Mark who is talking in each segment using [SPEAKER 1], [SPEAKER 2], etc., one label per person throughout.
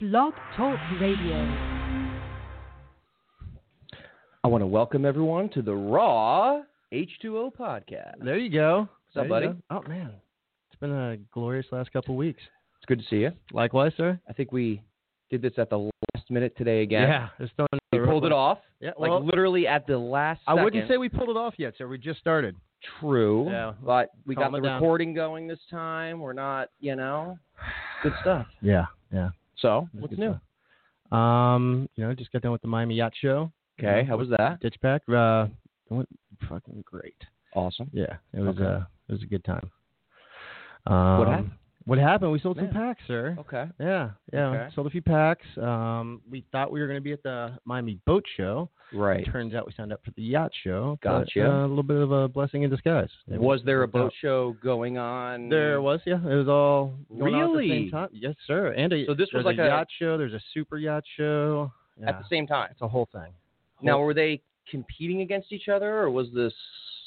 [SPEAKER 1] Blog Talk Radio.
[SPEAKER 2] I want to welcome everyone to the Raw H2O podcast.
[SPEAKER 3] There you go.
[SPEAKER 2] What's up,
[SPEAKER 3] There you
[SPEAKER 2] buddy?
[SPEAKER 3] go. Oh man, it's been a glorious last couple of weeks.
[SPEAKER 2] It's good to see you.
[SPEAKER 3] Likewise, sir.
[SPEAKER 2] I think we did this at the last minute today again.
[SPEAKER 3] it's done.
[SPEAKER 2] We pulled it off,
[SPEAKER 3] Yeah,
[SPEAKER 2] like
[SPEAKER 3] well,
[SPEAKER 2] literally at the last
[SPEAKER 3] I wouldn't say
[SPEAKER 2] second.
[SPEAKER 3] we pulled it off yet, sir. We just started.
[SPEAKER 2] true,
[SPEAKER 3] Yeah.
[SPEAKER 2] but we
[SPEAKER 3] Calm
[SPEAKER 2] got
[SPEAKER 3] it
[SPEAKER 2] the
[SPEAKER 3] down.
[SPEAKER 2] recording going this time. We're not, you know, good stuff.
[SPEAKER 3] Yeah, yeah.
[SPEAKER 2] So,
[SPEAKER 3] That's
[SPEAKER 2] what's
[SPEAKER 3] good
[SPEAKER 2] new?
[SPEAKER 3] stuff. Um, you know, just got done with the Miami Yacht Show.
[SPEAKER 2] Okay, how was that?
[SPEAKER 3] Ditch Pack. Uh, it went fucking great.
[SPEAKER 2] Awesome.
[SPEAKER 3] Yeah, it was.
[SPEAKER 2] Okay.
[SPEAKER 3] Uh, it was a good time. Um,
[SPEAKER 2] happened?
[SPEAKER 3] What happened? We sold
[SPEAKER 2] Yeah.
[SPEAKER 3] some packs, sir.
[SPEAKER 2] Okay.
[SPEAKER 3] Yeah, yeah.
[SPEAKER 2] Okay.
[SPEAKER 3] Sold a few packs. Um, we thought we were going to be at the Miami Boat Show.
[SPEAKER 2] Right.
[SPEAKER 3] Turns out we signed up for the yacht show. but,
[SPEAKER 2] Gotcha.
[SPEAKER 3] uh, a little bit of a blessing in disguise. It
[SPEAKER 2] Was there a
[SPEAKER 3] worked out.
[SPEAKER 2] boat show going on?
[SPEAKER 3] There was, yeah. It was all going on at the
[SPEAKER 2] Really?
[SPEAKER 3] same time. Yes, sir. And a,
[SPEAKER 2] So this was
[SPEAKER 3] there's
[SPEAKER 2] like a-
[SPEAKER 3] a yacht show. There's a super yacht show. Yeah.
[SPEAKER 2] at the same time.
[SPEAKER 3] it's a whole thing.
[SPEAKER 2] Now, were they competing against each other, or was this?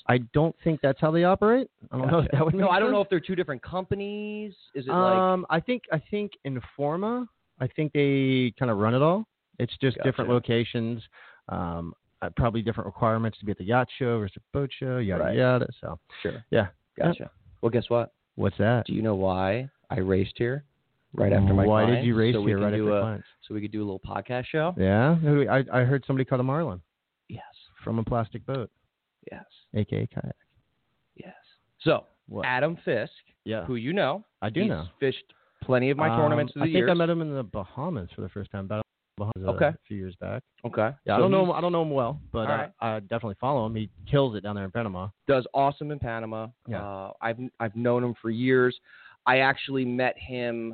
[SPEAKER 3] I don't think that's how they operate. I don't know if
[SPEAKER 2] Gotcha.
[SPEAKER 3] that would.
[SPEAKER 2] no,
[SPEAKER 3] make
[SPEAKER 2] I don't know
[SPEAKER 3] sense.
[SPEAKER 2] if they're two different companies. Is it like
[SPEAKER 3] Um, I think I think Informa. I think they kind of run it all. It's just different
[SPEAKER 2] Gotcha.
[SPEAKER 3] locations. Um, uh, probably different requirements to be at the yacht show versus the boat show. Yada
[SPEAKER 2] Right.
[SPEAKER 3] yada. So
[SPEAKER 2] Sure.
[SPEAKER 3] Yeah.
[SPEAKER 2] Gotcha. Well, guess what?
[SPEAKER 3] what's that?
[SPEAKER 2] Do you know why I raced here right after my
[SPEAKER 3] Why
[SPEAKER 2] clients?
[SPEAKER 3] did you race
[SPEAKER 2] so we
[SPEAKER 3] here
[SPEAKER 2] can
[SPEAKER 3] right
[SPEAKER 2] do
[SPEAKER 3] after
[SPEAKER 2] a,
[SPEAKER 3] clients?
[SPEAKER 2] So we could do a little podcast show?
[SPEAKER 3] Yeah, Who do we- I, I heard somebody caught a marlin
[SPEAKER 2] Yes.
[SPEAKER 3] from a plastic boat,
[SPEAKER 2] Yes.
[SPEAKER 3] aka kayak.
[SPEAKER 2] Yes. So,
[SPEAKER 3] What?
[SPEAKER 2] Adam Fisk,
[SPEAKER 3] yeah,
[SPEAKER 2] who you know,
[SPEAKER 3] I do
[SPEAKER 2] he's
[SPEAKER 3] know.
[SPEAKER 2] fished plenty of my tournaments
[SPEAKER 3] Um,
[SPEAKER 2] through the
[SPEAKER 3] I think
[SPEAKER 2] years.
[SPEAKER 3] I met him in the Bahamas for the first time. Battle of the Bahamas
[SPEAKER 2] Okay.
[SPEAKER 3] a few years back.
[SPEAKER 2] okay.
[SPEAKER 3] Yeah, I
[SPEAKER 2] So
[SPEAKER 3] don't know
[SPEAKER 2] he
[SPEAKER 3] him. I don't know him well, but uh,
[SPEAKER 2] Alright.
[SPEAKER 3] I definitely follow him. He kills it down there in Panama.
[SPEAKER 2] Does awesome in Panama.
[SPEAKER 3] Yeah.
[SPEAKER 2] Uh, I've I've known him for years. I actually met him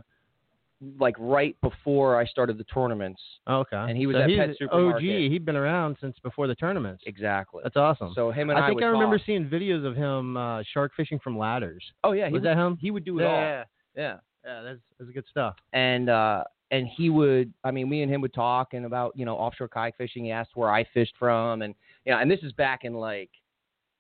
[SPEAKER 2] like right before I started the tournaments.
[SPEAKER 3] Oh, okay.
[SPEAKER 2] And he was
[SPEAKER 3] so
[SPEAKER 2] at
[SPEAKER 3] he's
[SPEAKER 2] Pet
[SPEAKER 3] an
[SPEAKER 2] Supermarket.
[SPEAKER 3] OG. He'd been around since before the tournaments.
[SPEAKER 2] Exactly.
[SPEAKER 3] That's awesome.
[SPEAKER 2] So him and I,
[SPEAKER 3] I think
[SPEAKER 2] would
[SPEAKER 3] I remember
[SPEAKER 2] talk.
[SPEAKER 3] seeing videos of him uh, shark fishing from ladders.
[SPEAKER 2] Oh yeah, he
[SPEAKER 3] was
[SPEAKER 2] would,
[SPEAKER 3] that him?
[SPEAKER 2] he would do it
[SPEAKER 3] yeah,
[SPEAKER 2] all.
[SPEAKER 3] yeah,
[SPEAKER 2] yeah.
[SPEAKER 3] yeah. That's that's good stuff.
[SPEAKER 2] and uh and he would i mean me and him would talk and about you know offshore kayak fishing he asked where i fished from and you know and this is back in like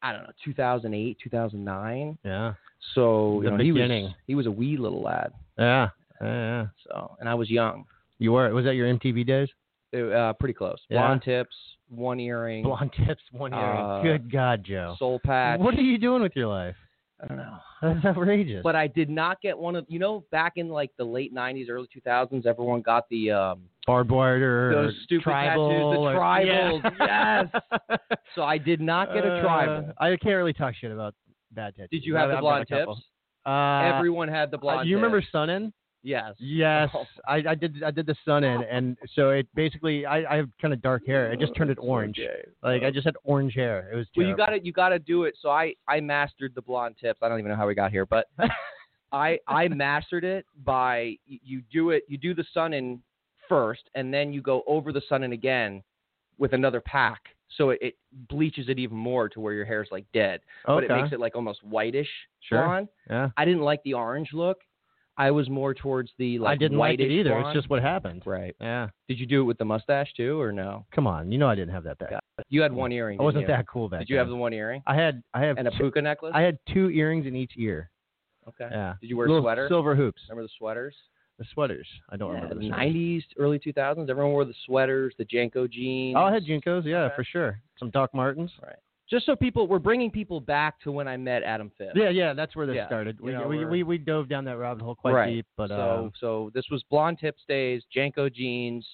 [SPEAKER 2] i don't know 2008 2009
[SPEAKER 3] Yeah,
[SPEAKER 2] so you
[SPEAKER 3] The
[SPEAKER 2] know, he was
[SPEAKER 3] beginning.
[SPEAKER 2] he was a wee little lad
[SPEAKER 3] yeah, yeah. yeah.
[SPEAKER 2] so and i was young
[SPEAKER 3] You were. Was that your MTV days?
[SPEAKER 2] They- uh, pretty close
[SPEAKER 3] Yeah.
[SPEAKER 2] blonde tips one earring
[SPEAKER 3] Blonde tips, one earring.
[SPEAKER 2] Uh,
[SPEAKER 3] good God, Joe.
[SPEAKER 2] soul patch
[SPEAKER 3] What are you doing with your life?
[SPEAKER 2] i don't know
[SPEAKER 3] That's outrageous.
[SPEAKER 2] but i did not get one of you know back in like the late 90s early 2000s everyone got the um
[SPEAKER 3] Barbed wire or
[SPEAKER 2] Those stupid
[SPEAKER 3] tribal
[SPEAKER 2] tattoos, the
[SPEAKER 3] or-
[SPEAKER 2] tribals,
[SPEAKER 3] Yeah.
[SPEAKER 2] so i did not get a
[SPEAKER 3] Uh,
[SPEAKER 2] tribal
[SPEAKER 3] I can't really talk shit about bad tattoos.
[SPEAKER 2] did you have the
[SPEAKER 3] I- I've got a
[SPEAKER 2] blonde tips
[SPEAKER 3] couple. Uh,
[SPEAKER 2] everyone had the blonde
[SPEAKER 3] Uh, you remember
[SPEAKER 2] tips.
[SPEAKER 3] Sunin?
[SPEAKER 2] yes
[SPEAKER 3] Yes,
[SPEAKER 2] Oh.
[SPEAKER 3] I, I did. I did the Sunin, and so it basically I, I have kind of dark hair. I just turned it orange. Like I just had orange hair. It was.
[SPEAKER 2] Well, you
[SPEAKER 3] terrible.
[SPEAKER 2] got to you got to do it. So I I mastered the blonde tips. I don't even know how we got here, but I I mastered it by y- you do it you do the sun in first, and then you go over the sun in again with another pack. So it, it bleaches it even more to where your hair's like dead, but
[SPEAKER 3] Okay.
[SPEAKER 2] it makes it like almost whitish
[SPEAKER 3] Sure.
[SPEAKER 2] blonde.
[SPEAKER 3] yeah.
[SPEAKER 2] I didn't like the orange look. I was more towards the like
[SPEAKER 3] I didn't like
[SPEAKER 2] whitish
[SPEAKER 3] it either.
[SPEAKER 2] blonde.
[SPEAKER 3] It's just what happened.
[SPEAKER 2] right.
[SPEAKER 3] Yeah.
[SPEAKER 2] Did you do it with the mustache too, or no?
[SPEAKER 3] Come on. You know I didn't have that back.
[SPEAKER 2] Got You had one earring.
[SPEAKER 3] I wasn't
[SPEAKER 2] didn't you?
[SPEAKER 3] that cool back.
[SPEAKER 2] Did you have the
[SPEAKER 3] then.
[SPEAKER 2] one earring
[SPEAKER 3] I had. I have.
[SPEAKER 2] and a
[SPEAKER 3] two-
[SPEAKER 2] puka necklace?
[SPEAKER 3] I had two earrings in each ear.
[SPEAKER 2] okay.
[SPEAKER 3] Yeah.
[SPEAKER 2] Did you wear a
[SPEAKER 3] Little
[SPEAKER 2] sweater?
[SPEAKER 3] Silver hoops.
[SPEAKER 2] Remember the sweaters?
[SPEAKER 3] The sweaters. I don't remember the sweaters.
[SPEAKER 2] nineties, early two thousands. Everyone wore the sweaters, the Janko jeans.
[SPEAKER 3] Oh, I had Jinkos. Yeah,
[SPEAKER 2] Okay.
[SPEAKER 3] for sure. Some Doc Martens.
[SPEAKER 2] Just so people, we're bringing people back to when I met Adam Fisk.
[SPEAKER 3] Yeah, yeah, that's where this
[SPEAKER 2] Yeah,
[SPEAKER 3] started.
[SPEAKER 2] you
[SPEAKER 3] We,
[SPEAKER 2] know,
[SPEAKER 3] we,
[SPEAKER 2] we're-
[SPEAKER 3] we we dove down that rabbit hole quite
[SPEAKER 2] Right.
[SPEAKER 3] deep, but um,
[SPEAKER 2] so, so this was blonde tips days, Janko jeans,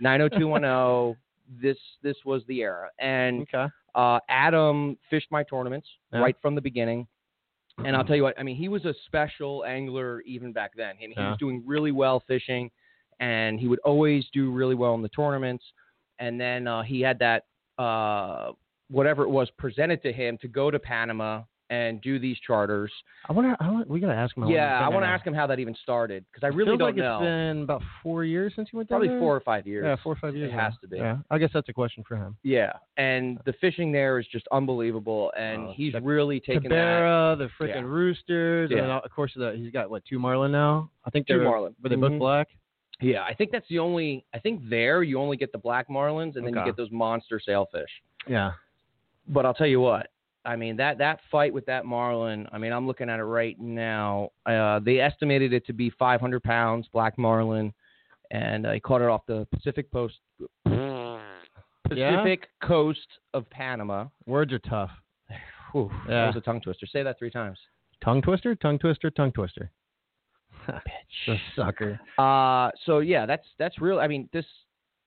[SPEAKER 2] nine hundred two one zero. This this was the era,
[SPEAKER 3] um,
[SPEAKER 2] and
[SPEAKER 3] okay.
[SPEAKER 2] uh, Adam fished my tournaments
[SPEAKER 3] Yeah.
[SPEAKER 2] right from the beginning. And I'll tell you what, I mean, he was a special angler even back then. He, he
[SPEAKER 3] Yeah.
[SPEAKER 2] was doing really well fishing, and he would always do really well in the tournaments. And then uh, he had that uh, whatever it was presented to him to go to Panama and do these charters.
[SPEAKER 3] I wonder. I want, we gotta ask him. how long
[SPEAKER 2] yeah,
[SPEAKER 3] he's
[SPEAKER 2] I
[SPEAKER 3] Oh, been
[SPEAKER 2] want to
[SPEAKER 3] there now.
[SPEAKER 2] ask him how that even started because I really
[SPEAKER 3] Feels
[SPEAKER 2] don't
[SPEAKER 3] like
[SPEAKER 2] know.
[SPEAKER 3] It's been about four years since he went down
[SPEAKER 2] Probably
[SPEAKER 3] there.
[SPEAKER 2] four or five years.
[SPEAKER 3] Yeah, four or five years.
[SPEAKER 2] It
[SPEAKER 3] now.
[SPEAKER 2] has to be.
[SPEAKER 3] Yeah, I guess that's a question for him.
[SPEAKER 2] Yeah, and the fishing there is just unbelievable, and
[SPEAKER 3] Oh,
[SPEAKER 2] he's
[SPEAKER 3] that-
[SPEAKER 2] really taken that.
[SPEAKER 3] Tabera, the freaking
[SPEAKER 2] Yeah.
[SPEAKER 3] Roosters,
[SPEAKER 2] Yeah.
[SPEAKER 3] and then, of course the, he's got what two marlin now? I think
[SPEAKER 2] Two
[SPEAKER 3] they're-
[SPEAKER 2] marlin.
[SPEAKER 3] Were they
[SPEAKER 2] Mhm.
[SPEAKER 3] both black?
[SPEAKER 2] Yeah, I think that's the only. I think there you only get the black marlins, and then you
[SPEAKER 3] Okay.
[SPEAKER 2] get those monster sailfish.
[SPEAKER 3] Yeah.
[SPEAKER 2] But I'll tell you what. I mean that that fight with that marlin. I mean I'm looking at it right now. Uh, they estimated it to be 500 pounds black marlin, and I caught it off the Pacific Post,
[SPEAKER 3] Yeah?
[SPEAKER 2] Pacific coast of Panama.
[SPEAKER 3] Words are tough.
[SPEAKER 2] Whew, That
[SPEAKER 3] Yeah.
[SPEAKER 2] was a tongue twister. Say that three times.
[SPEAKER 3] Tongue twister, tongue twister, tongue twister. The sucker.
[SPEAKER 2] Uh, so yeah, that's that's real. I mean, this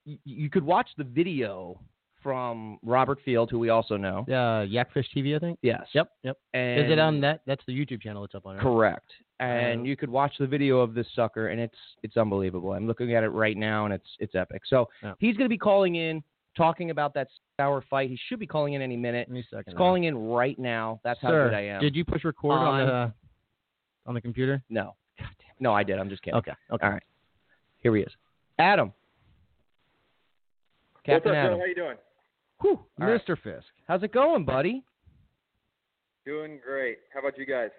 [SPEAKER 2] y- you could watch the video from Robert Field, who we also know.
[SPEAKER 3] Uh, Yakfish TV, I think.
[SPEAKER 2] Yes.
[SPEAKER 3] Yep, yep.
[SPEAKER 2] And
[SPEAKER 3] Is it on that? That's the YouTube channel it's up on. Right?
[SPEAKER 2] Correct. And
[SPEAKER 3] Uh,
[SPEAKER 2] you could watch the video of this sucker, and it's it's unbelievable. I'm looking at it right now, and it's it's epic. So
[SPEAKER 3] Yeah.
[SPEAKER 2] he's going to be calling in, talking about that hour fight. He should be calling in any minute.
[SPEAKER 3] Any second.
[SPEAKER 2] He's
[SPEAKER 3] now.
[SPEAKER 2] calling in right now. That's how
[SPEAKER 3] Sir,
[SPEAKER 2] good I am.
[SPEAKER 3] Did you push record on,
[SPEAKER 2] On-
[SPEAKER 3] the on the computer?
[SPEAKER 2] no. No, I did. I'm just kidding.
[SPEAKER 3] Okay. Okay.
[SPEAKER 2] All right. Here he is. Adam. Captain
[SPEAKER 4] What's up,
[SPEAKER 2] Adam.
[SPEAKER 4] Joe? How you doing?
[SPEAKER 2] Whew. All right.
[SPEAKER 3] Mr. Fisk.
[SPEAKER 2] How's it going, buddy?
[SPEAKER 4] Doing great. How about you guys?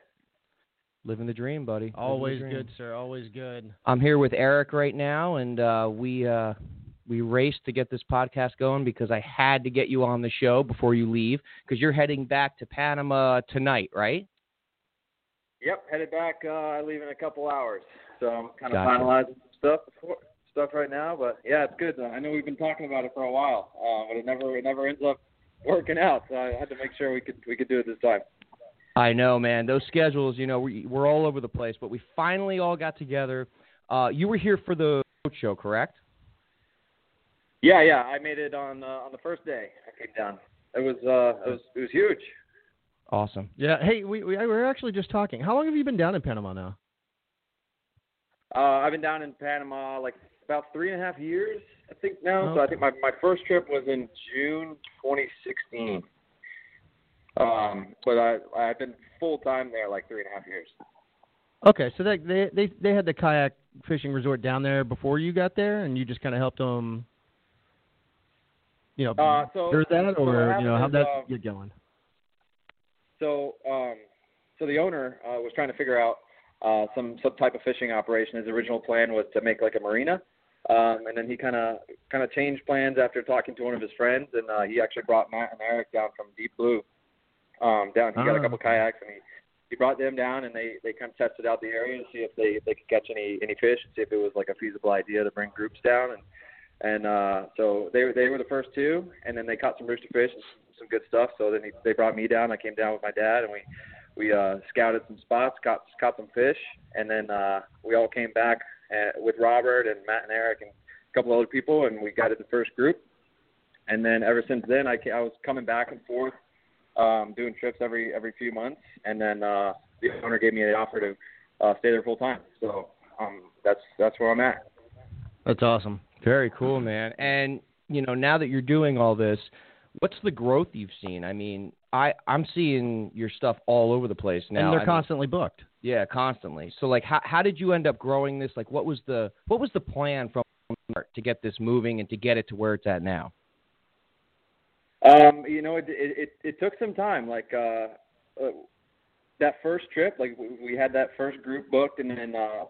[SPEAKER 2] Living the dream, buddy. Living the
[SPEAKER 3] Always
[SPEAKER 2] dream.
[SPEAKER 3] good, sir. Always good.
[SPEAKER 2] I'm here with Eric right now, and uh, we uh, we raced to get this podcast going because I had to get you on the show before you leave because you're heading back to Panama tonight, right?
[SPEAKER 4] Yep, headed back. Uh, I leave in a couple hours, so I'm kind of
[SPEAKER 2] Gotcha.
[SPEAKER 4] finalizing some stuff before, stuff right now. But yeah, it's good. I know we've been talking about it for a while, uh, but it never it never ends up working out. So I had to make sure we could we could do it this time.
[SPEAKER 2] I know, man. Those schedules, you know, we, we're all over the place, but we finally all got together. Uh, you were here for the road show, correct?
[SPEAKER 4] Yeah, yeah. I made it on uh, on the first day I came down. It was uh, it was it was huge.
[SPEAKER 2] Awesome.
[SPEAKER 3] Yeah. Hey, we, we we were actually just talking. How long have you been down in Panama now?
[SPEAKER 4] Uh, I've been down in Panama like about three and a half years, I think now. So I think my, my first trip was in June 2016. Um, but I I've been full time there like three and a half years.
[SPEAKER 3] Okay, so they they they, they had the kayak fishing resort down there before you got there, and you just kind of helped them. You know,
[SPEAKER 4] Uh, so-
[SPEAKER 3] there's that,
[SPEAKER 4] so what
[SPEAKER 3] or you know, how
[SPEAKER 4] happened
[SPEAKER 3] that
[SPEAKER 4] is, um,
[SPEAKER 3] get going?
[SPEAKER 4] So um, so the owner uh, was trying to figure out uh, some some type of fishing operation. His original plan was to make like a marina, um, and then he kind of kind of changed plans after talking to one of his friends, and uh, he actually brought Matt and Eric down from Deep Blue. Um, down he
[SPEAKER 3] Ah.
[SPEAKER 4] got a couple kayaks and he he brought them down and they they kind of tested out the area to see if they if they could catch any any fish and see if it was like a feasible idea to bring groups down and and uh so they were they were the first two and then they caught some rooster fish and some, some good stuff so then he, they brought me down i came down with my dad and we we uh scouted some spots caught caught some fish and then uh we all came back uh with robert and matt and eric and a couple other people and we got it the first group and then ever since then i ca- i was coming back and forth um doing trips every every few months and then uh the owner gave me the offer to uh stay there full time so um that's that's where i'm at
[SPEAKER 3] That's awesome.
[SPEAKER 2] Very cool, man. And you know, now that you're doing all this, what's the growth you've seen? I mean, I I'm seeing your stuff all over the place now.
[SPEAKER 3] and
[SPEAKER 2] I
[SPEAKER 3] they're
[SPEAKER 2] mean,
[SPEAKER 3] constantly booked.
[SPEAKER 2] Yeah, constantly. So like how how did you end up growing this? Like what was the what was the plan from the start to get this moving and to get it to where it's at now?
[SPEAKER 4] Um, you know, it it it, it took some time. Like uh, uh, that first trip, like we- we had that first group booked, and then uh,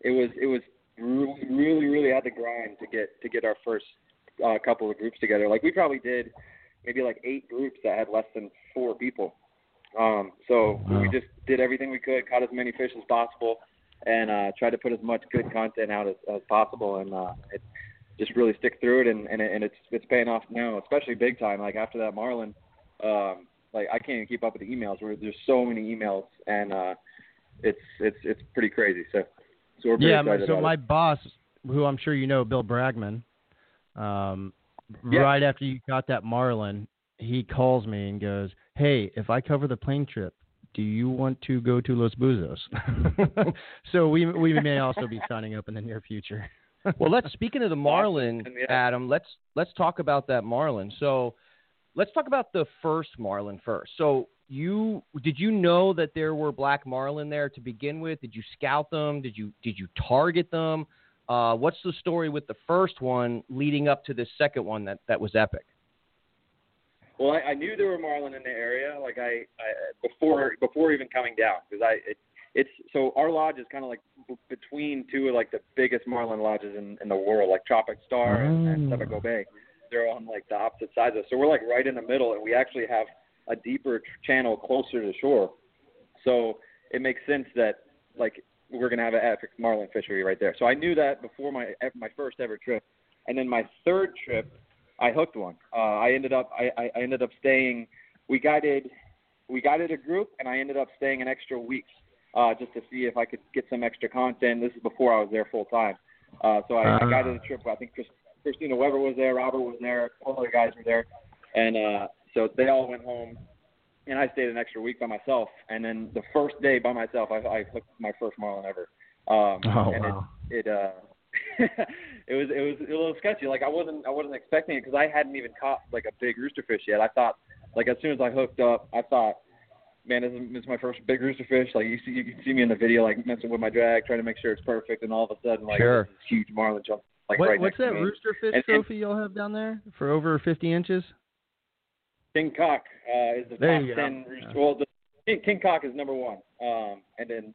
[SPEAKER 4] it was it was really really really had to grind to get to get our first uh, couple of groups together. Like we probably did maybe like eight groups that had less than four people. Um, so we
[SPEAKER 3] Wow.
[SPEAKER 4] just did everything we could, caught as many fish as possible, and uh, tried to put as much good content out as, as possible. And uh, it just really stick through it, and and, it, and it's it's paying off now, especially big time. Like after that Marlin, um, like I can't even keep up with the emails. Where there's so many emails, and uh, it's it's it's pretty crazy. So so we're pretty
[SPEAKER 3] yeah, my,
[SPEAKER 4] excited
[SPEAKER 3] so
[SPEAKER 4] about
[SPEAKER 3] my
[SPEAKER 4] it.
[SPEAKER 3] boss, who I'm sure you know, Bill Bragman, um,
[SPEAKER 4] Yeah.
[SPEAKER 3] right after you got that Marlin, he calls me and goes, "Hey, if I cover the plane trip, do you want to go to Los Buzos?" so we we may also be signing up in the near future.
[SPEAKER 2] Well, let's speaking of the Marlin,
[SPEAKER 4] Yeah.
[SPEAKER 2] Adam, let's let's talk about that Marlin. So let's talk about the first Marlin first. So you did you know that there were black Marlin there to begin with? Did you scout them? Did you did you target them? Uh, what's the story with the first one leading up to this second one that, that was epic?
[SPEAKER 4] Well, I, I knew there were marlin in the area, like I, I before before even coming down, because I it, it's so our lodge is kind of like b- between two of like the biggest marlin lodges in, in the world, like Tropic Star and, and
[SPEAKER 3] Oh.
[SPEAKER 4] Sebago Bay. They're on like the opposite sides of, so we're like right in the middle, and we actually have a deeper tr- channel closer to shore. So it makes sense that like we're gonna have an epic marlin fishery right there. So I knew that before my my first ever trip, and then my third trip, I hooked one. Uh, I ended up I, I I ended up staying. We guided we guided a group, and I ended up staying an extra week uh, just to see if I could get some extra content. This is before I was there full time. Uh, so I, I guided a trip. I think Chris, Christina Weber was there, Robert was there, all the guys were there, and uh, so they all went home, and I stayed an extra week by myself. And then the first day by myself, I, I hooked my first marlin ever. Um,
[SPEAKER 3] Oh,
[SPEAKER 4] and
[SPEAKER 3] wow.
[SPEAKER 4] It, it uh, it was it was a little sketchy. Like I wasn't I wasn't expecting it because I hadn't even caught like a big rooster fish yet. I thought like as soon as I hooked up, I thought man, this is, this is my first big rooster fish. Like you see, you can see me in the video, like messing with my drag, trying to make sure it's perfect, and all of a sudden, like
[SPEAKER 2] Sure.
[SPEAKER 4] this huge marlin jump, like
[SPEAKER 3] what,
[SPEAKER 4] right
[SPEAKER 3] what's
[SPEAKER 4] next
[SPEAKER 3] that
[SPEAKER 4] to me.
[SPEAKER 3] rooster fish
[SPEAKER 4] And- and-
[SPEAKER 3] trophy y'all have down there for over 50 inches?
[SPEAKER 4] King cock uh, is the
[SPEAKER 3] There you
[SPEAKER 4] top
[SPEAKER 3] go.
[SPEAKER 4] ten rooster. Well, the, king, king cock is number one, um, and then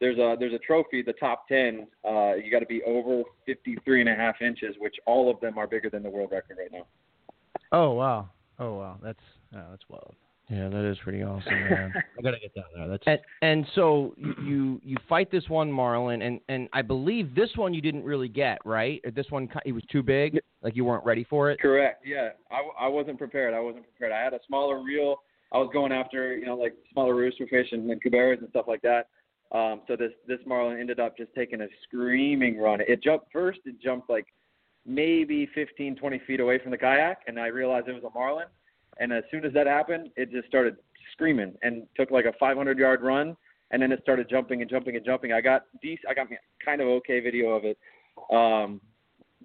[SPEAKER 4] there's a there's a trophy, the top ten. Uh, you got to be over 53 and a half inches, which all of them are bigger than the world record right now.
[SPEAKER 3] Oh wow. Oh wow. That's oh, that's wild. Yeah, that is pretty awesome, man. I gotta get down there. That's
[SPEAKER 2] And and so you- you you fight this one marlin, and and I believe this one you didn't really get right. Or this one ki- it was too big, like you weren't ready for it.
[SPEAKER 4] Correct. Yeah, I, w- I wasn't prepared. I wasn't prepared. I had a smaller reel. I was going after you know like smaller rooster fish and, and cuberas and stuff like that. Um, so this this marlin ended up just taking a screaming run. It jumped first. It jumped like maybe 15, 20 feet away from the kayak, and I realized it was a marlin. And as soon as that happened, it just started screaming and took like a 500 yard run, and then it started jumping and jumping and jumping. I got dec- I got kind of okay video of it. Um,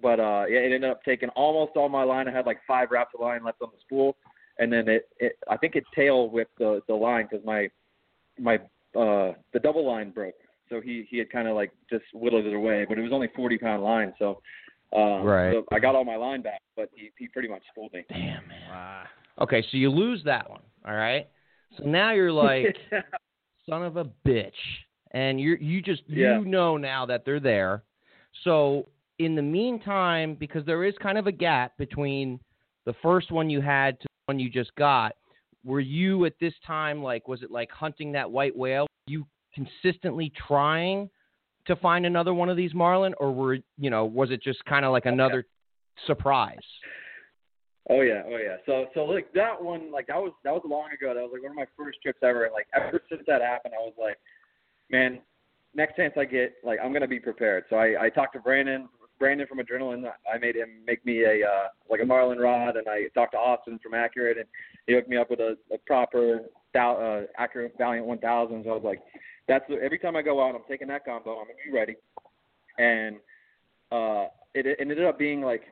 [SPEAKER 4] but uh yeah, it ended up taking almost all my line. I had like five wraps of line left on the spool, and then it, it I think it tail whipped the the line because my my uh the double line broke. So he he had kind of like just whittled it away, but it was only 40 pound line, so um,
[SPEAKER 2] Right.
[SPEAKER 4] So I got all my line back, but he he pretty much fooled me.
[SPEAKER 2] Damn man.
[SPEAKER 3] wow.
[SPEAKER 2] Okay, so you lose that one. All right. So now you're like, son of a bitch, and you you just
[SPEAKER 4] Yeah.
[SPEAKER 2] you know now that they're there. So in the meantime, because there is kind of a gap between the first one you had to the one you just got, were you at this time like was it like hunting that white whale? Were you consistently trying to find another one of these marlin, or were you know was it just kind of like another surprise?
[SPEAKER 4] Oh yeah, oh yeah. So so like that one, like that was that was long ago. That was like one of my first trips ever. And like ever since that happened, I was like, man, next chance I get, like I'm gonna be prepared. So I I talked to Brandon, Brandon from Adrenaline. I made him make me a uh, like a marlin rod, and I talked to Austin from Accurate, and he hooked me up with a, a proper thou, uh, Accurate Valiant 1000. So I was like, that's every time I go out, I'm taking that combo. I'm gonna be ready, and uh, it, it ended up being like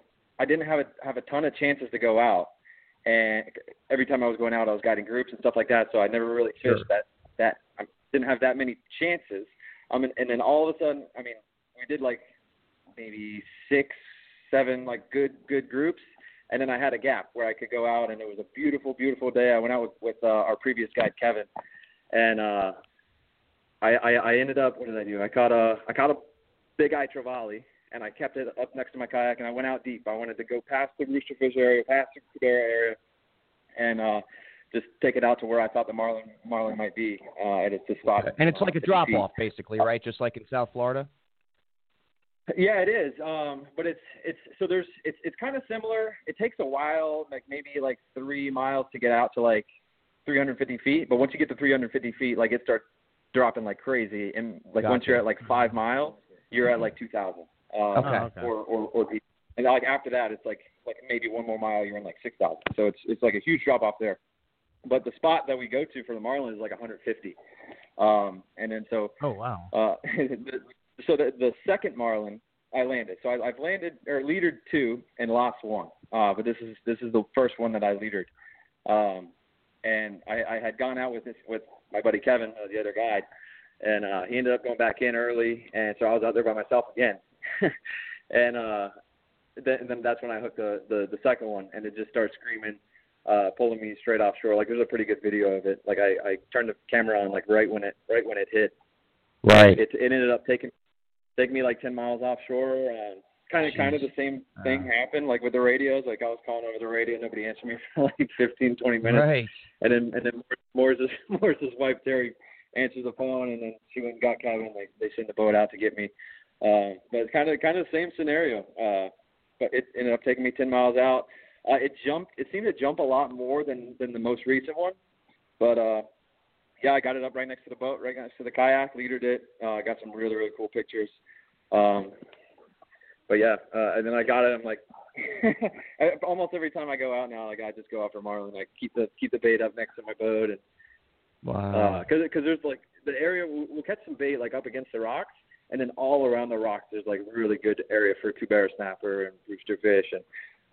[SPEAKER 4] I didn't have a have a ton of chances to go out, and every time I was going out, I was guiding groups and stuff like that. So I never really fished
[SPEAKER 3] Sure.
[SPEAKER 4] that that I didn't have that many chances. Um, and, and then all of a sudden, I mean, we did like maybe six, seven like good good groups, and then I had a gap where I could go out, and it was a beautiful, beautiful day. I went out with, with uh, our previous guide Kevin, and uh, I, I I ended up what did I do? I caught a I caught a big eye trevally, and I kept it up next to my kayak, and I went out deep. I wanted to go past the roosterfish area, past the Cudera area, and uh, just take it out to where I thought the marlin marlin might be, uh, and it's just spot.
[SPEAKER 2] And it's like a
[SPEAKER 4] 50 feet.
[SPEAKER 2] drop off basically, right? Just like in South Florida.
[SPEAKER 4] Yeah, it is. Um, but it's it's so there's it's it's kind of similar. It takes a while, like maybe like three miles to get out to like 350 feet. But once you get to 350 feet, like it starts dropping like crazy. And like once
[SPEAKER 3] Gotcha. Oh,
[SPEAKER 4] you're at like five miles, you're at like 2,000. Um,
[SPEAKER 2] Okay.
[SPEAKER 3] okay.
[SPEAKER 4] Or or or deep. and like after that, it's like like maybe one more mile, you're in like 6,000. So it's it's like a huge drop off there. But the spot that we go to for the marlin is like 150. Um, and then so
[SPEAKER 3] Oh wow.
[SPEAKER 4] uh, the- so the, the second marlin I landed. So I, I've landed or leadered two and lost one. Uh, but this is this is the first one that I leadered. Um, and I, I had gone out with this with my buddy Kevin, uh, the other guide, and uh, he ended up going back in early, and so I was out there by myself again. and uh, then, then that's when I hooked the, the the second one, and it just started screaming. Uh, pulling me straight offshore. Like there's a pretty good video of it. Like I, I turned the camera on like right when it right when it hit,
[SPEAKER 2] Right.
[SPEAKER 4] it, it ended up taking taking me like ten miles offshore. And kind of kind of the same thing happened like with the radios. Like I was calling over the radio, nobody answered me for like fifteen twenty minutes.
[SPEAKER 2] Right.
[SPEAKER 4] And then and then Moore's Moore's wife Terry answers the phone, and then she went and got Kevin. They they send the boat out to get me. Uh, but it's kind of kind of the same scenario. Uh, but it ended up taking me 10 miles out. Uh, it jumped. It seemed to jump a lot more than than the most recent one. But uh, yeah, I got it up right next to the boat, right next to the kayak. Leadered it. Uh, I got some really really cool pictures. Um, but yeah, uh, and then I got it. I'm like, I- almost every time I go out now, like I just go after marlin. I keep the keep the bait up next to my boat, and
[SPEAKER 3] Wow.
[SPEAKER 4] because because Uh, there's like the area we'll, we'll catch some bait like up against the rocks, and then all around the rocks there's like really good area for two barrel snapper and rooster fish and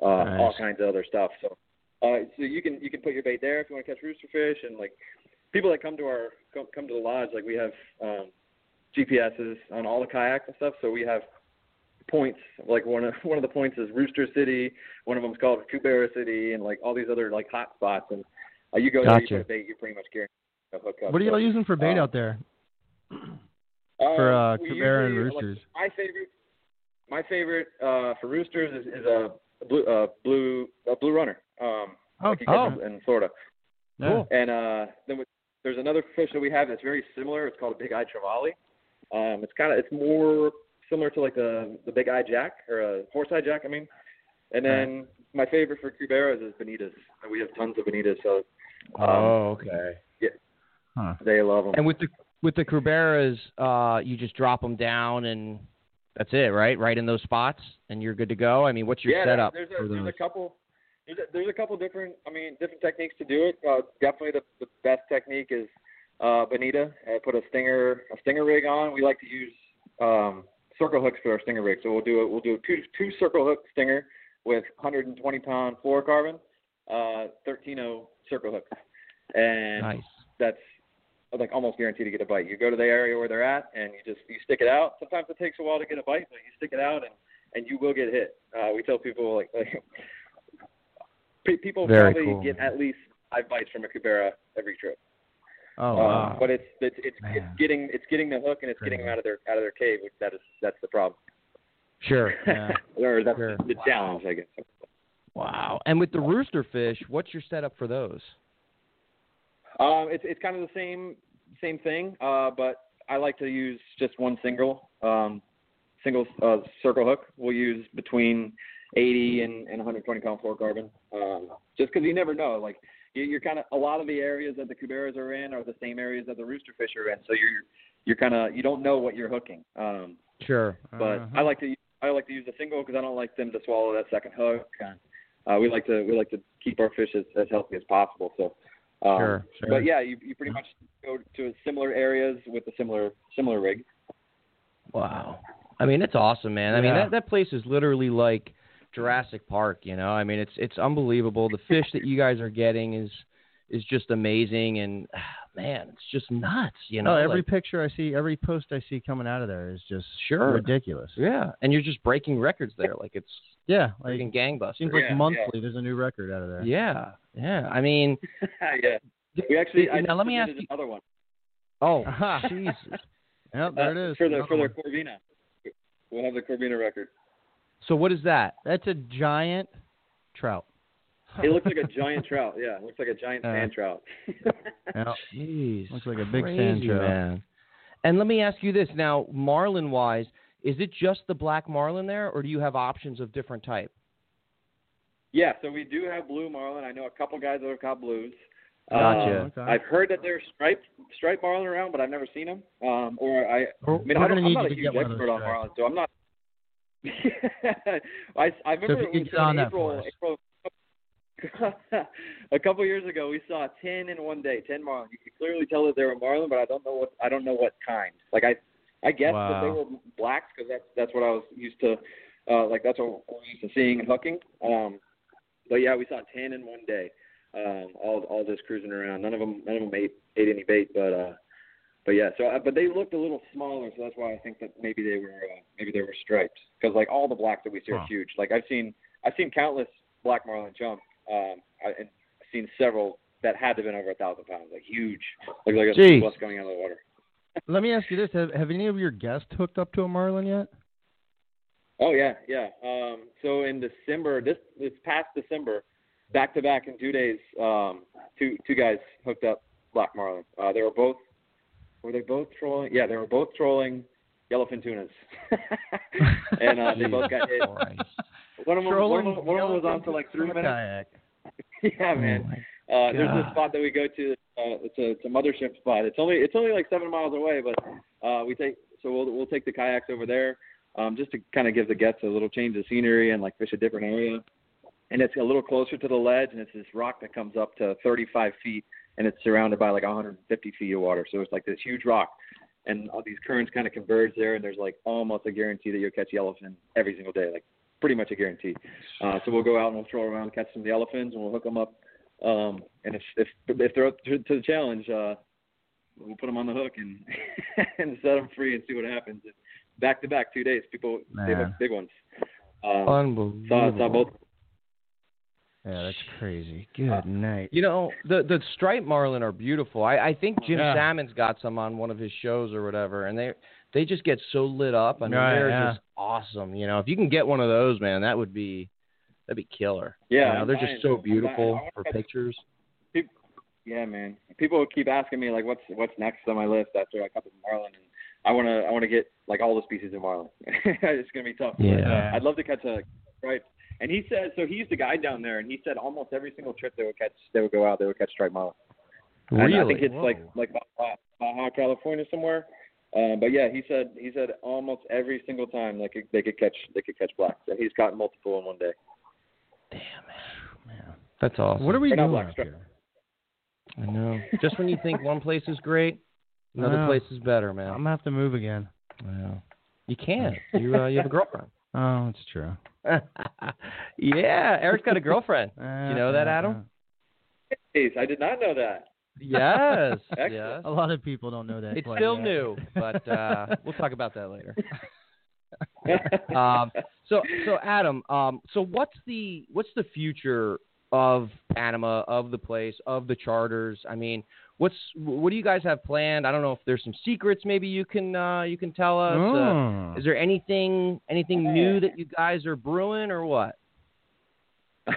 [SPEAKER 4] uh, all
[SPEAKER 3] Nice.
[SPEAKER 4] kinds of other stuff. So uh, so you can you can put your bait there if you want to catch rooster fish and like people that come to our come, come to the lodge like we have um, GPSs on all the kayaks and stuff, so we have points like one of one of the points is Rooster City, one of them's called Kubera City, and like all these other like hot spots and. Uh, you go there,
[SPEAKER 3] Gotcha.
[SPEAKER 4] you put a bait, you're pretty much guaranteed to hook up.
[SPEAKER 3] what are
[SPEAKER 4] So-
[SPEAKER 3] y'all using for bait
[SPEAKER 4] uh,
[SPEAKER 3] out there? For uh,
[SPEAKER 4] we
[SPEAKER 3] Kubera and
[SPEAKER 4] usually, like,
[SPEAKER 3] roosters.
[SPEAKER 4] my favorite, my favorite uh, for roosters is, is a blue, uh, blue, a blue runner. Um,
[SPEAKER 3] Oh,
[SPEAKER 4] like you
[SPEAKER 3] oh.
[SPEAKER 4] catch in Florida.
[SPEAKER 3] Yeah.
[SPEAKER 4] And uh, then we, there's another fish that we have that's very similar. It's called a big eye trevally. Um, it's kind of it's more similar to like the the big eye jack or a horse eye jack. I mean. And then my favorite for cuberos is bonitas. And We have tons of bonitas, so um,
[SPEAKER 3] Oh.
[SPEAKER 2] Oh, okay.
[SPEAKER 4] they love them.
[SPEAKER 2] And with the with the Cruberas, uh, you just drop them down and that's it, right? Right in those spots, and you're good to go. I mean, what's your
[SPEAKER 4] yeah,
[SPEAKER 2] setup
[SPEAKER 4] There's
[SPEAKER 2] for
[SPEAKER 4] a,
[SPEAKER 2] those?
[SPEAKER 4] there's a couple. There's a, there's a couple different. I mean, different techniques to do it. Uh, definitely the, the best technique is uh, bonita. I put a stinger a stinger rig on. We like to use um, circle hooks for our stinger rig. So we'll do a, we'll do a two two circle hook stinger with 120 pound fluorocarbon, uh, 13O circle hooks, and
[SPEAKER 2] nice.
[SPEAKER 4] that's like almost guaranteed to get a bite. You go to the area where they're at and you just you stick it out. Sometimes it takes a while to get a bite, but you stick it out and and you will get hit. Uh, we tell people like, like pe- people
[SPEAKER 2] Very
[SPEAKER 4] probably
[SPEAKER 2] cool.
[SPEAKER 4] get at least five bites from a cubera every trip.
[SPEAKER 3] Oh,
[SPEAKER 4] Uh,
[SPEAKER 3] wow.
[SPEAKER 4] But it's it's it's, it's
[SPEAKER 3] Man.
[SPEAKER 4] getting it's getting the hook and it's getting them out of their out of their cave. Which that is that's the problem.
[SPEAKER 2] Sure.
[SPEAKER 3] Yeah.
[SPEAKER 4] or that's
[SPEAKER 3] Sure.
[SPEAKER 4] the challenge, I guess.
[SPEAKER 2] Wow. And with the rooster fish, what's your setup for those?
[SPEAKER 4] Um, it's it's kind of the same same thing, uh, but I like to use just one single um, single uh, circle hook. We'll use between 80 and, and 120 pound fluorocarbon, um, just because you never know. Like you, you're kind of a lot of the areas that the cuberas are in are the same areas that the rooster fish are in, so you're you're kind of you don't know what you're hooking. Um,
[SPEAKER 2] Sure.
[SPEAKER 4] but
[SPEAKER 3] Uh-huh.
[SPEAKER 4] I like to I like to use a single because I don't like them to swallow that second hook. Uh, we like to we like to keep our fish as, as healthy as possible. So, um,
[SPEAKER 2] Sure, sure.
[SPEAKER 4] but yeah, you you pretty much go to similar areas with a similar similar rig.
[SPEAKER 2] Wow. I mean, it's awesome, man. I mean,
[SPEAKER 3] Yeah.
[SPEAKER 2] that, that place is literally like Jurassic Park, you know? I mean, it's it's unbelievable. The fish that you guys are getting is is just amazing and ah, man, it's just nuts, you know?
[SPEAKER 3] no, Oh, every
[SPEAKER 2] Like,
[SPEAKER 3] picture I see, every post I see coming out of there is just
[SPEAKER 2] Sure.
[SPEAKER 3] ridiculous.
[SPEAKER 2] yeah, and you're just breaking records there like it's
[SPEAKER 3] Yeah, like
[SPEAKER 2] freaking gangbusters.
[SPEAKER 3] seems like
[SPEAKER 4] Yeah, yeah.
[SPEAKER 3] monthly there's a new record out of there.
[SPEAKER 2] yeah. Yeah. I mean,
[SPEAKER 4] yeah, we actually I
[SPEAKER 2] now
[SPEAKER 4] just
[SPEAKER 2] let me ask
[SPEAKER 4] submitted
[SPEAKER 2] you.
[SPEAKER 4] another one
[SPEAKER 2] Oh,
[SPEAKER 3] Aha.
[SPEAKER 2] Jesus.
[SPEAKER 3] Yep,
[SPEAKER 4] Uh,
[SPEAKER 3] there it is.
[SPEAKER 4] for the
[SPEAKER 3] another
[SPEAKER 4] for the
[SPEAKER 3] one.
[SPEAKER 4] Corvina. We'll have the Corvina record.
[SPEAKER 2] So what is that?
[SPEAKER 3] That's a giant trout.
[SPEAKER 4] It looks like a giant trout. Yeah, it looks like a giant
[SPEAKER 3] Uh,
[SPEAKER 4] sand trout.
[SPEAKER 3] Yeah.
[SPEAKER 2] Jeez,
[SPEAKER 3] Looks like a big sand
[SPEAKER 2] crazy,
[SPEAKER 3] trout.
[SPEAKER 2] man. And let me ask you this now, marlin wise, is it just the black marlin there, or do you have options of different type?
[SPEAKER 4] Yeah, so we do have blue marlin. I know a couple guys that have caught blues.
[SPEAKER 2] Gotcha.
[SPEAKER 4] Um, I've heard that there's striped striped marlin around, but I've never seen them. Um, or I,
[SPEAKER 3] We're, we're
[SPEAKER 4] I mean, I don't,
[SPEAKER 3] gonna
[SPEAKER 4] I'm
[SPEAKER 3] need
[SPEAKER 4] not
[SPEAKER 3] you
[SPEAKER 4] a
[SPEAKER 3] to
[SPEAKER 4] huge
[SPEAKER 3] get one of
[SPEAKER 4] expert
[SPEAKER 3] those
[SPEAKER 4] on
[SPEAKER 3] trout.
[SPEAKER 4] marlin, so I'm not. I, I remember
[SPEAKER 3] you
[SPEAKER 4] it was
[SPEAKER 3] could get on
[SPEAKER 4] in
[SPEAKER 3] that
[SPEAKER 4] April,
[SPEAKER 3] for
[SPEAKER 4] April a couple years ago. We saw ten in one day, ten marlin. You could clearly tell that they were marlin, but I don't know what I don't know what kind. Like I, I guess that they
[SPEAKER 3] Wow.
[SPEAKER 4] were blacks because that's that's what I was used to. Uh, like that's what we're used to seeing and hooking. Um, but yeah, we saw ten in one day. Um, all all just cruising around. None of them none of them ate ate any bait, but uh, but yeah. So uh, but they looked a little smaller, so that's why I think that maybe they were uh, maybe they were striped because like all the blacks that we see are
[SPEAKER 3] Huh.
[SPEAKER 4] huge. Like I've seen I've seen countless black marlin jump. Um, I, and I've seen several that had to have been over a thousand pounds, like huge, like like
[SPEAKER 2] Jeez.
[SPEAKER 4] a bus coming out of the water.
[SPEAKER 3] Let me ask you this: have, have any of your guests hooked up to a marlin yet?
[SPEAKER 4] Oh yeah, yeah. Um, so in December, this this past December, back to back in two days, um, two two guys hooked up black marlin. Uh, they were both were they both trolling? Yeah, they were both trolling yellowfin tunas, and uh, they both got hit. One of them, one of them, one of them was on for like three minutes.
[SPEAKER 3] Kayak.
[SPEAKER 4] yeah, man.
[SPEAKER 3] Oh, my-
[SPEAKER 4] Uh, there's this
[SPEAKER 3] God.
[SPEAKER 4] spot that we go to. Uh, it's a it's a mothership spot. It's only it's only like seven miles away, but uh, we take so we'll we'll take the kayaks over there, um, just to kind of give the guests a little change of scenery and like fish a different area. And it's a little closer to the ledge, and it's this rock that comes up to 35 feet, and it's surrounded by like 150 feet of water. So it's like this huge rock, and all these currents kind of converge there, and there's like almost a guarantee that you'll catch yellowfin every single day, like pretty much a guarantee. Uh, so we'll go out and we'll stroll around, catch some of the elephants, and we'll hook them up um, and if if if they're up to, to the challenge, uh, we'll put them on the hook and and set them free and see what happens. And back to back, two days, people they
[SPEAKER 3] Man.
[SPEAKER 4] hooked big ones. Um, saw, saw
[SPEAKER 2] Oh, Unbelievable.
[SPEAKER 4] both.
[SPEAKER 3] Yeah, that's crazy. Good
[SPEAKER 4] Uh,
[SPEAKER 3] night.
[SPEAKER 2] You know, the the striped marlin are beautiful. I, I think Jim
[SPEAKER 3] Yeah.
[SPEAKER 2] Salmon's got some on one of his shows or whatever, and they they just get so lit up. I mean,
[SPEAKER 3] Right,
[SPEAKER 2] they're
[SPEAKER 3] yeah.
[SPEAKER 2] just awesome. You know, if you can get one of those, man, that would be that'd be killer.
[SPEAKER 4] Yeah,
[SPEAKER 2] You know,
[SPEAKER 4] I'm
[SPEAKER 2] they're
[SPEAKER 4] dying.
[SPEAKER 2] just so
[SPEAKER 4] I'm dying. I
[SPEAKER 2] beautiful
[SPEAKER 4] wanna
[SPEAKER 2] for
[SPEAKER 4] catch-
[SPEAKER 2] pictures.
[SPEAKER 4] Yeah, man. People keep asking me like, what's what's next on my list after I cut the marlin. And I wanna I wanna get like all the species of marlin. it's gonna be tough. but uh,
[SPEAKER 3] Yeah.
[SPEAKER 4] I'd love to catch a right. And he said so. He's the guy down there, and he said almost every single trip they would catch, they would go out, they would catch striped marlin. And I think it's like
[SPEAKER 3] Whoa.
[SPEAKER 4] like Baja, Baja California somewhere. Um, but yeah, he said he said almost every single time like they could catch they could catch blacks, and he's caught multiple in one day.
[SPEAKER 3] Man.
[SPEAKER 2] That's awesome.
[SPEAKER 3] What are we
[SPEAKER 4] They're not
[SPEAKER 3] doing
[SPEAKER 4] black
[SPEAKER 3] up
[SPEAKER 4] striped.
[SPEAKER 3] here?
[SPEAKER 2] I know. just when you think one place is great, another
[SPEAKER 3] Wow.
[SPEAKER 2] place is better, man.
[SPEAKER 3] I'm gonna have to move again.
[SPEAKER 2] Wow. You can't. You uh, you have a girlfriend.
[SPEAKER 3] Oh, it's true.
[SPEAKER 2] yeah, Eric's got a girlfriend. you know that, Adam?
[SPEAKER 4] Jeez, I did not know that.
[SPEAKER 2] Yes.
[SPEAKER 4] Excellent.
[SPEAKER 2] yes.
[SPEAKER 3] A lot of people don't know that.
[SPEAKER 2] Oh, It's
[SPEAKER 3] quite
[SPEAKER 2] still
[SPEAKER 3] yet.
[SPEAKER 2] new, but uh, we'll talk about that later. Um, so, so Adam, um, so what's the what's the future of Anima, of the place, of the charters? I mean, what's what do you guys have planned? I don't know if there's some secrets maybe you can uh, you can tell us. Uh,
[SPEAKER 3] Mm.
[SPEAKER 2] is there anything anything new that you guys are brewing or what?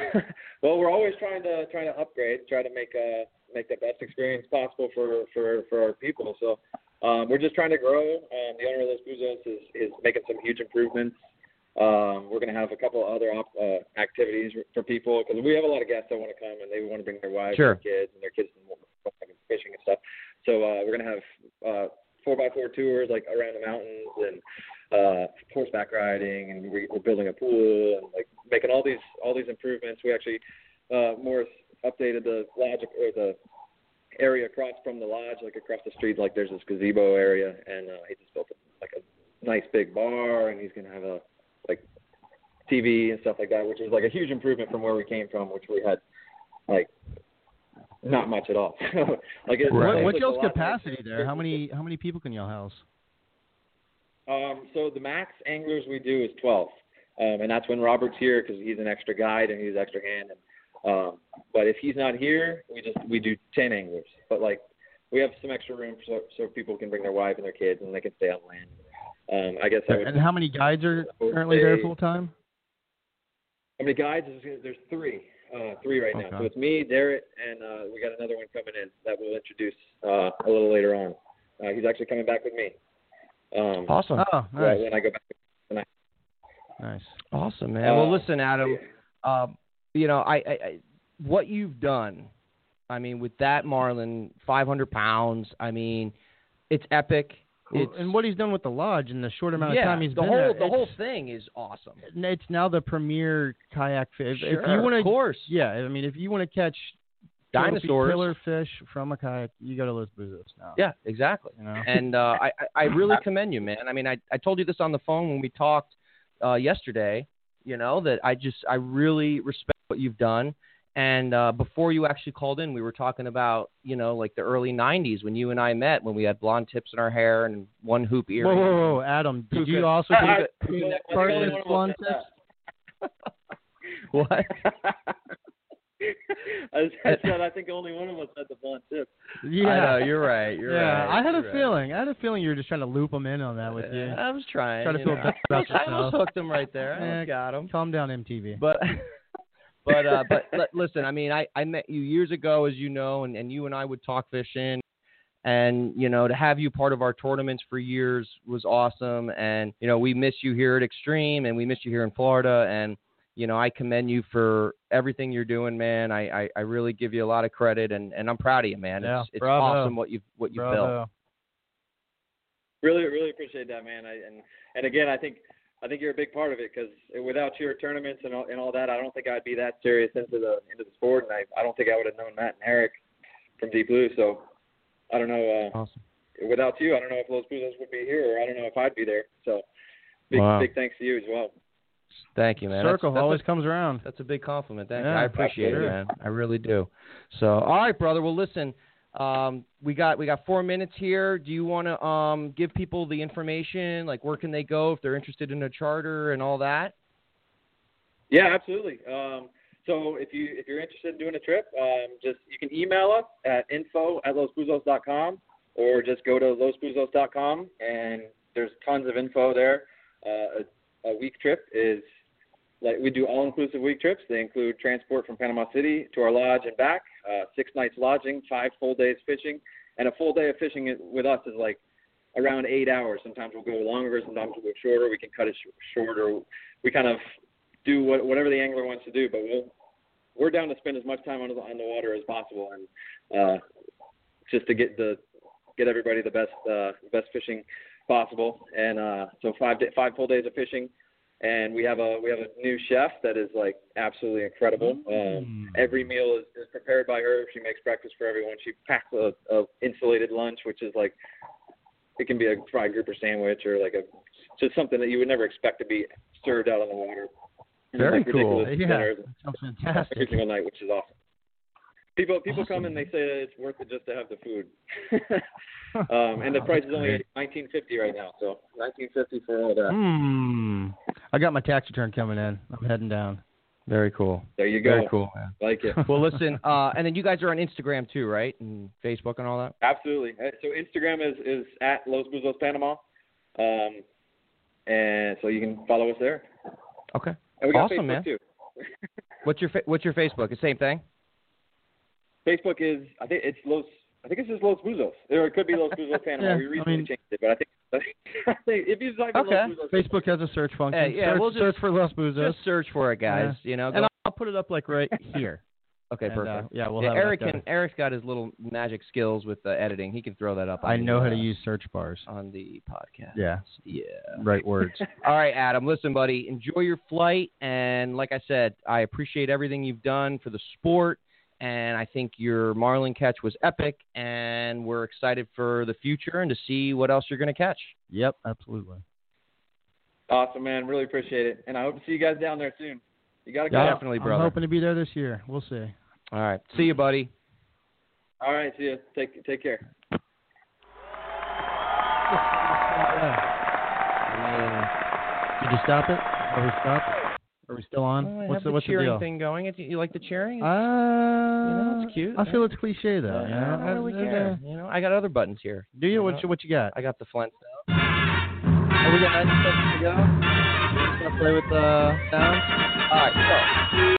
[SPEAKER 4] well, we're always trying to trying to upgrade, try to make uh make the best experience possible for for for our people. So um, we're just trying to grow. Um, the owner of Los Buzos is is making some huge improvements. Um, we're going to have a couple other op- uh, activities for people because we have a lot of guests that want to come and they want to bring their wives,
[SPEAKER 2] Sure.
[SPEAKER 4] and kids, and their kids want to go fishing and stuff. So uh, we're going to have uh, four by four tours like around the mountains and uh, horseback riding, and we, we're building a pool and like making all these all these improvements. We actually uh, Morris updated the lodge or the area across from the lodge, like across the street. Like there's this gazebo area, and uh, he just built like a nice big bar, and he's gonna have a like TV and stuff like that, which is like a huge improvement from where we came from, which we had like not much at all. like it,
[SPEAKER 3] What,
[SPEAKER 4] it
[SPEAKER 3] what's
[SPEAKER 4] was a
[SPEAKER 3] y'all's
[SPEAKER 4] lot nicer.
[SPEAKER 3] capacity there? How many how many people can y'all house?
[SPEAKER 4] Um, so the max anglers we do is 12, um, and that's when Robert's here because he's an extra guide and he's extra hand. And, um, but if he's not here, we just we do 10 anglers. But like we have some extra room so so people can bring their wife and their kids and they can stay on land. Um, I guess I would.
[SPEAKER 3] And how many guides are
[SPEAKER 4] I would
[SPEAKER 3] currently there
[SPEAKER 4] say-
[SPEAKER 3] full time?
[SPEAKER 4] How many guides? There's- There's three, uh, three right now.
[SPEAKER 3] Okay.
[SPEAKER 4] So it's me, Derek, and uh, we got another one coming in that we'll introduce uh, a little later on. Uh, he's actually coming back with me. Um,
[SPEAKER 2] Awesome,
[SPEAKER 3] Oh,
[SPEAKER 4] right
[SPEAKER 3] nice,
[SPEAKER 4] when I go back.
[SPEAKER 3] nice.
[SPEAKER 2] awesome, man. well,
[SPEAKER 4] Uh,
[SPEAKER 2] listen, Adam. um, you know, I, I, I what you've done. I mean, with that Marlin, 500 pounds. I mean, it's epic. It's,
[SPEAKER 3] and what he's done with the lodge in the short amount
[SPEAKER 2] yeah,
[SPEAKER 3] of time he's
[SPEAKER 2] the
[SPEAKER 3] been
[SPEAKER 2] whole
[SPEAKER 3] there,
[SPEAKER 2] the whole
[SPEAKER 3] it's-
[SPEAKER 2] thing is awesome.
[SPEAKER 3] It's now the premier kayak fish. If,
[SPEAKER 2] Sure,
[SPEAKER 3] if you want
[SPEAKER 2] of
[SPEAKER 3] to,
[SPEAKER 2] course,
[SPEAKER 3] yeah, I mean, if you want to catch trophy
[SPEAKER 2] dinosaurs.
[SPEAKER 3] killer fish from a kayak, you go to Los Buzos now.
[SPEAKER 2] Yeah, exactly.
[SPEAKER 3] you know.
[SPEAKER 2] And uh, I I- I really commend you, man. I mean, I I told you this on the phone when we talked uh, yesterday. You know that I just I really respect what you've done. And uh, before you actually called in, we were talking about you know like the early '90s when you and I met when we had blonde tips in our hair and one hoop
[SPEAKER 3] whoa,
[SPEAKER 2] earring.
[SPEAKER 3] whoa, whoa, Adam, did
[SPEAKER 2] Puka.
[SPEAKER 3] you also
[SPEAKER 4] I- I-
[SPEAKER 3] get
[SPEAKER 4] I'm the
[SPEAKER 3] part
[SPEAKER 4] only
[SPEAKER 3] of
[SPEAKER 4] one
[SPEAKER 3] this
[SPEAKER 4] who
[SPEAKER 3] blonde
[SPEAKER 4] said
[SPEAKER 3] tips?
[SPEAKER 2] What?
[SPEAKER 4] that. I said I think only one of us had the blonde tip.
[SPEAKER 3] Yeah,
[SPEAKER 2] I know, you're right. You're
[SPEAKER 3] yeah.
[SPEAKER 2] right.
[SPEAKER 3] I had a
[SPEAKER 2] you're right.
[SPEAKER 3] feeling. I had a feeling you were just trying to loop them in on that with you.
[SPEAKER 2] I was trying.
[SPEAKER 3] Trying to
[SPEAKER 2] you
[SPEAKER 3] feel
[SPEAKER 2] know.
[SPEAKER 3] better about
[SPEAKER 2] I almost
[SPEAKER 3] yourself.
[SPEAKER 2] hooked him right there. I almost got him.
[SPEAKER 3] Calm down, MTV.
[SPEAKER 2] but but uh, but li- listen, I mean, I I met you years ago, as you know, and and you and I would talk fishing, and you know to have you part of our tournaments for years was awesome and you know we miss you here at extreme and we miss you here in florida and you know i commend you for everything you're doing man i i, I really give you a lot of credit and and i'm proud of you man
[SPEAKER 5] Yeah,
[SPEAKER 2] it's, it's
[SPEAKER 5] bravo.
[SPEAKER 2] awesome what you've what you've built
[SPEAKER 5] Bravo.
[SPEAKER 4] Really, really appreciate that, man. I, and and again, I think I think you're a big part of it because without your tournaments and all, and all that, I don't think I'd be that serious into the into the sport, and I I don't think I would have known Matt and Eric from Deep Blue. So I don't know. Uh,
[SPEAKER 3] Awesome.
[SPEAKER 4] Without you, I don't know if Los Blues would be here, or I don't know if I'd be there. So big
[SPEAKER 3] Wow.
[SPEAKER 4] big thanks to you as well.
[SPEAKER 2] thank you man That's-
[SPEAKER 3] Circle
[SPEAKER 2] that's a-
[SPEAKER 3] always comes around.
[SPEAKER 2] That's a big compliment. Thank you.
[SPEAKER 3] Yeah,
[SPEAKER 2] I appreciate
[SPEAKER 3] absolutely.
[SPEAKER 2] it, man. I really do. So, all right, brother. Well, listen, um, we got we got four minutes here. Do you want to um, give people the information, like where can they go if they're interested in a charter and all that?
[SPEAKER 4] Yeah, absolutely. Um, so if you if you're interested in doing a trip, um, just you can email us at info at losbuzos.com or just go to losbuzos.com and there's tons of info there. Uh, a, a week trip is like we do all inclusive week trips. They include transport from Panama City to our lodge and back, uh, six nights lodging, five full days fishing, and a full day of fishing is- with us is like around eight hours. Sometimes we'll go longer, sometimes we'll go shorter. We can cut it sh- short, or we kind of do what, whatever the angler wants to do. But we'll, we're down to spend as much time on the, on the water as possible, and uh, just to get the get everybody the best uh, best fishing possible. And uh, so five day, five full days of fishing, and we have a we have a new chef that is like absolutely incredible. Um, every meal is, is prepared by her. She makes breakfast for everyone. She packs a, a insulated lunch, which is like it can be a fried grouper sandwich or like a just something that you would never expect to be served out on the water. And it's,
[SPEAKER 3] Very
[SPEAKER 4] like,
[SPEAKER 3] cool.
[SPEAKER 4] ridiculous
[SPEAKER 3] Yeah.
[SPEAKER 4] dinners
[SPEAKER 3] Sounds fantastic.
[SPEAKER 4] every single night, which is awesome. People people
[SPEAKER 3] Awesome.
[SPEAKER 4] come and they say that it's worth it just to have the food. um, and the
[SPEAKER 3] Wow,
[SPEAKER 4] price is
[SPEAKER 3] that's
[SPEAKER 4] only
[SPEAKER 3] great.
[SPEAKER 4] nineteen fifty right now, so nineteen fifty for all that.
[SPEAKER 3] Hmm. I got my tax return coming in. I'm heading down.
[SPEAKER 2] Very cool.
[SPEAKER 4] There you go.
[SPEAKER 2] Very cool. Man.
[SPEAKER 4] Like it.
[SPEAKER 2] Well, listen, uh, and then you guys are on Instagram too, right? And Facebook and all that.
[SPEAKER 4] Absolutely. Uh, So Instagram is is at Los Buzos Panama, um, and so you can follow us there.
[SPEAKER 2] Okay.
[SPEAKER 4] And we got
[SPEAKER 2] Awesome,
[SPEAKER 4] Facebook
[SPEAKER 2] man.
[SPEAKER 4] too.
[SPEAKER 2] What's your fa- What's your Facebook? The same thing.
[SPEAKER 4] Facebook is I think it's Los I think it's just Los Buzos. Or it could be Los Buzos Panama.
[SPEAKER 3] Yeah,
[SPEAKER 4] we
[SPEAKER 3] I
[SPEAKER 4] recently
[SPEAKER 3] mean-
[SPEAKER 4] changed it, but I think, I think if you type in
[SPEAKER 2] Okay.
[SPEAKER 4] Los Buzos,
[SPEAKER 3] Facebook has a search function.
[SPEAKER 2] Hey, yeah,
[SPEAKER 3] search,
[SPEAKER 2] we'll just-
[SPEAKER 3] search for Los Buzos.
[SPEAKER 2] Just search for it, guys. You know.
[SPEAKER 3] and
[SPEAKER 2] go-
[SPEAKER 3] I'll, I'll put it up like right here.
[SPEAKER 2] okay,
[SPEAKER 3] And, uh,
[SPEAKER 2] perfect.
[SPEAKER 3] yeah, we'll
[SPEAKER 2] Yeah,
[SPEAKER 3] have it up
[SPEAKER 2] Eric
[SPEAKER 3] there.
[SPEAKER 2] can, Eric's got his little magic skills with the editing. He can throw that up.
[SPEAKER 3] I
[SPEAKER 2] on the,
[SPEAKER 3] know how to
[SPEAKER 2] uh,
[SPEAKER 3] use search bars.
[SPEAKER 2] on the podcast.
[SPEAKER 3] Oh, Yeah,
[SPEAKER 2] Yeah.
[SPEAKER 3] right words.
[SPEAKER 2] All right, Adam. Listen, buddy. Enjoy your flight, and like I said, I appreciate everything you've done for the sport, and I think your marlin catch was epic, and we're excited for the future and to see what else you're going to catch.
[SPEAKER 3] yep, absolutely.
[SPEAKER 4] Awesome, man. Really appreciate it. And I hope to see you guys down there soon. You got to go.
[SPEAKER 2] Yeah. Definitely, brother.
[SPEAKER 3] I'm hoping to be there this year. We'll see.
[SPEAKER 2] All right. See you, buddy.
[SPEAKER 4] All right. See you. Take, take care.
[SPEAKER 3] Did you stop it? Are we stopped? Are we still on? what's the, what's the
[SPEAKER 2] cheering
[SPEAKER 3] deal?
[SPEAKER 2] thing going? You like the cheering?
[SPEAKER 3] Uh,
[SPEAKER 2] know, it's cute.
[SPEAKER 3] I feel it's cliche though. you know?
[SPEAKER 2] I don't really
[SPEAKER 3] Uh,
[SPEAKER 2] care. You know, I got other buttons here.
[SPEAKER 3] Do you?
[SPEAKER 2] know?
[SPEAKER 3] What you, what you got?
[SPEAKER 2] I got the Flint.
[SPEAKER 3] Oh, we got nine seconds to go.
[SPEAKER 2] Gonna play with the sound. All right, so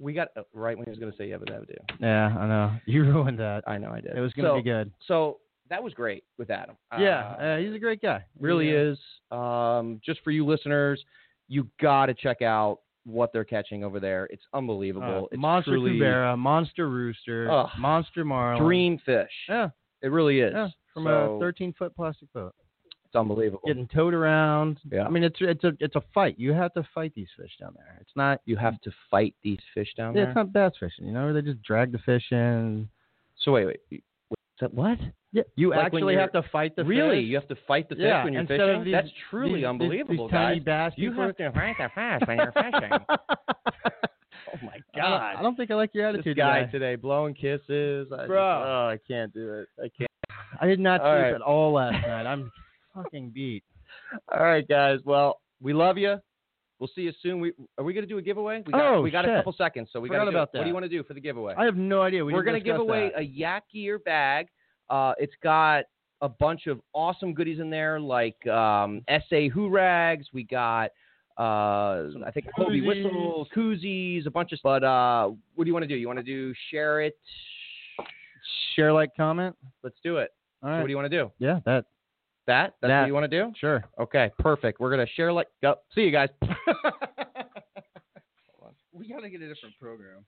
[SPEAKER 2] we got oh, right when he was gonna say yeah, but that would do.
[SPEAKER 3] Yeah, I know. You ruined that.
[SPEAKER 2] I know I did.
[SPEAKER 3] It was gonna
[SPEAKER 2] so,
[SPEAKER 3] be good.
[SPEAKER 2] So that was great with Adam.
[SPEAKER 3] yeah,
[SPEAKER 2] Uh,
[SPEAKER 3] uh, he's a great guy.
[SPEAKER 2] really
[SPEAKER 3] He, uh,
[SPEAKER 2] is. Um, just for you listeners, you got to check out what they're catching over there. It's unbelievable.
[SPEAKER 3] Uh,
[SPEAKER 2] it's
[SPEAKER 3] monster
[SPEAKER 2] truly
[SPEAKER 3] Cubera, monster rooster,
[SPEAKER 2] Ugh.
[SPEAKER 3] monster marlin.
[SPEAKER 2] dream fish.
[SPEAKER 3] Yeah,
[SPEAKER 2] It really is.
[SPEAKER 3] yeah. From
[SPEAKER 2] So
[SPEAKER 3] a 13 foot plastic boat,
[SPEAKER 2] It's unbelievable.
[SPEAKER 3] getting towed around.
[SPEAKER 2] Yeah.
[SPEAKER 3] I mean, it's it's a it's a fight. You have to fight these fish down there. It's not
[SPEAKER 2] you have to fight these fish down
[SPEAKER 3] yeah,
[SPEAKER 2] there.
[SPEAKER 3] it's not bass fishing. You know, where they just drag the fish in.
[SPEAKER 2] so wait, wait. wait is that what?
[SPEAKER 3] Yeah, you
[SPEAKER 2] Like when
[SPEAKER 3] actually
[SPEAKER 2] you're-
[SPEAKER 3] have to fight the
[SPEAKER 2] really?
[SPEAKER 3] fish.
[SPEAKER 2] You have to fight the fish
[SPEAKER 3] Yeah,
[SPEAKER 2] when you're
[SPEAKER 3] instead
[SPEAKER 2] fishing?
[SPEAKER 3] of these-
[SPEAKER 2] That's truly
[SPEAKER 3] these- these-
[SPEAKER 2] unbelievable,
[SPEAKER 3] these tiny
[SPEAKER 2] guys.
[SPEAKER 3] bass
[SPEAKER 2] you
[SPEAKER 3] people-
[SPEAKER 2] have to fight the fish when you're fishing. oh my
[SPEAKER 3] I don't- I don't think I like your
[SPEAKER 2] This
[SPEAKER 3] attitude,
[SPEAKER 2] guy
[SPEAKER 3] today.
[SPEAKER 2] today blowing kisses. I just-
[SPEAKER 3] Bro.
[SPEAKER 2] oh, I can't do it. I can't.
[SPEAKER 3] I did not
[SPEAKER 2] All
[SPEAKER 3] sleep
[SPEAKER 2] right.
[SPEAKER 3] at all last night. I'm fucking beat.
[SPEAKER 2] All right, guys. Well, we love you. We'll see you soon. We are we gonna do a giveaway? We got,
[SPEAKER 3] Oh,
[SPEAKER 2] we got a
[SPEAKER 3] shit.
[SPEAKER 2] couple seconds, so we
[SPEAKER 3] Forgot
[SPEAKER 2] gotta do
[SPEAKER 3] about
[SPEAKER 2] it. What
[SPEAKER 3] that.
[SPEAKER 2] do you want to do for the giveaway?
[SPEAKER 3] I have no idea. We
[SPEAKER 2] We're
[SPEAKER 3] didn't
[SPEAKER 2] gonna give
[SPEAKER 3] discuss
[SPEAKER 2] away
[SPEAKER 3] that.
[SPEAKER 2] a yak ear bag. Uh, it's got a bunch of awesome goodies in there, like um, essay who rags. We got. Uh, I think Kobe
[SPEAKER 3] koozies.
[SPEAKER 2] whistles, koozies, a bunch of. But uh, what do you want to do? You want to do share it?
[SPEAKER 3] share, like, comment?
[SPEAKER 2] Let's do it.
[SPEAKER 3] All
[SPEAKER 2] So
[SPEAKER 3] right.
[SPEAKER 2] what do you want to do?
[SPEAKER 3] yeah, that.
[SPEAKER 2] That? That's
[SPEAKER 3] That.
[SPEAKER 2] what you want to do?
[SPEAKER 3] Sure.
[SPEAKER 2] Okay, perfect. We're gonna share like. Go. See you guys. we gotta get a different program.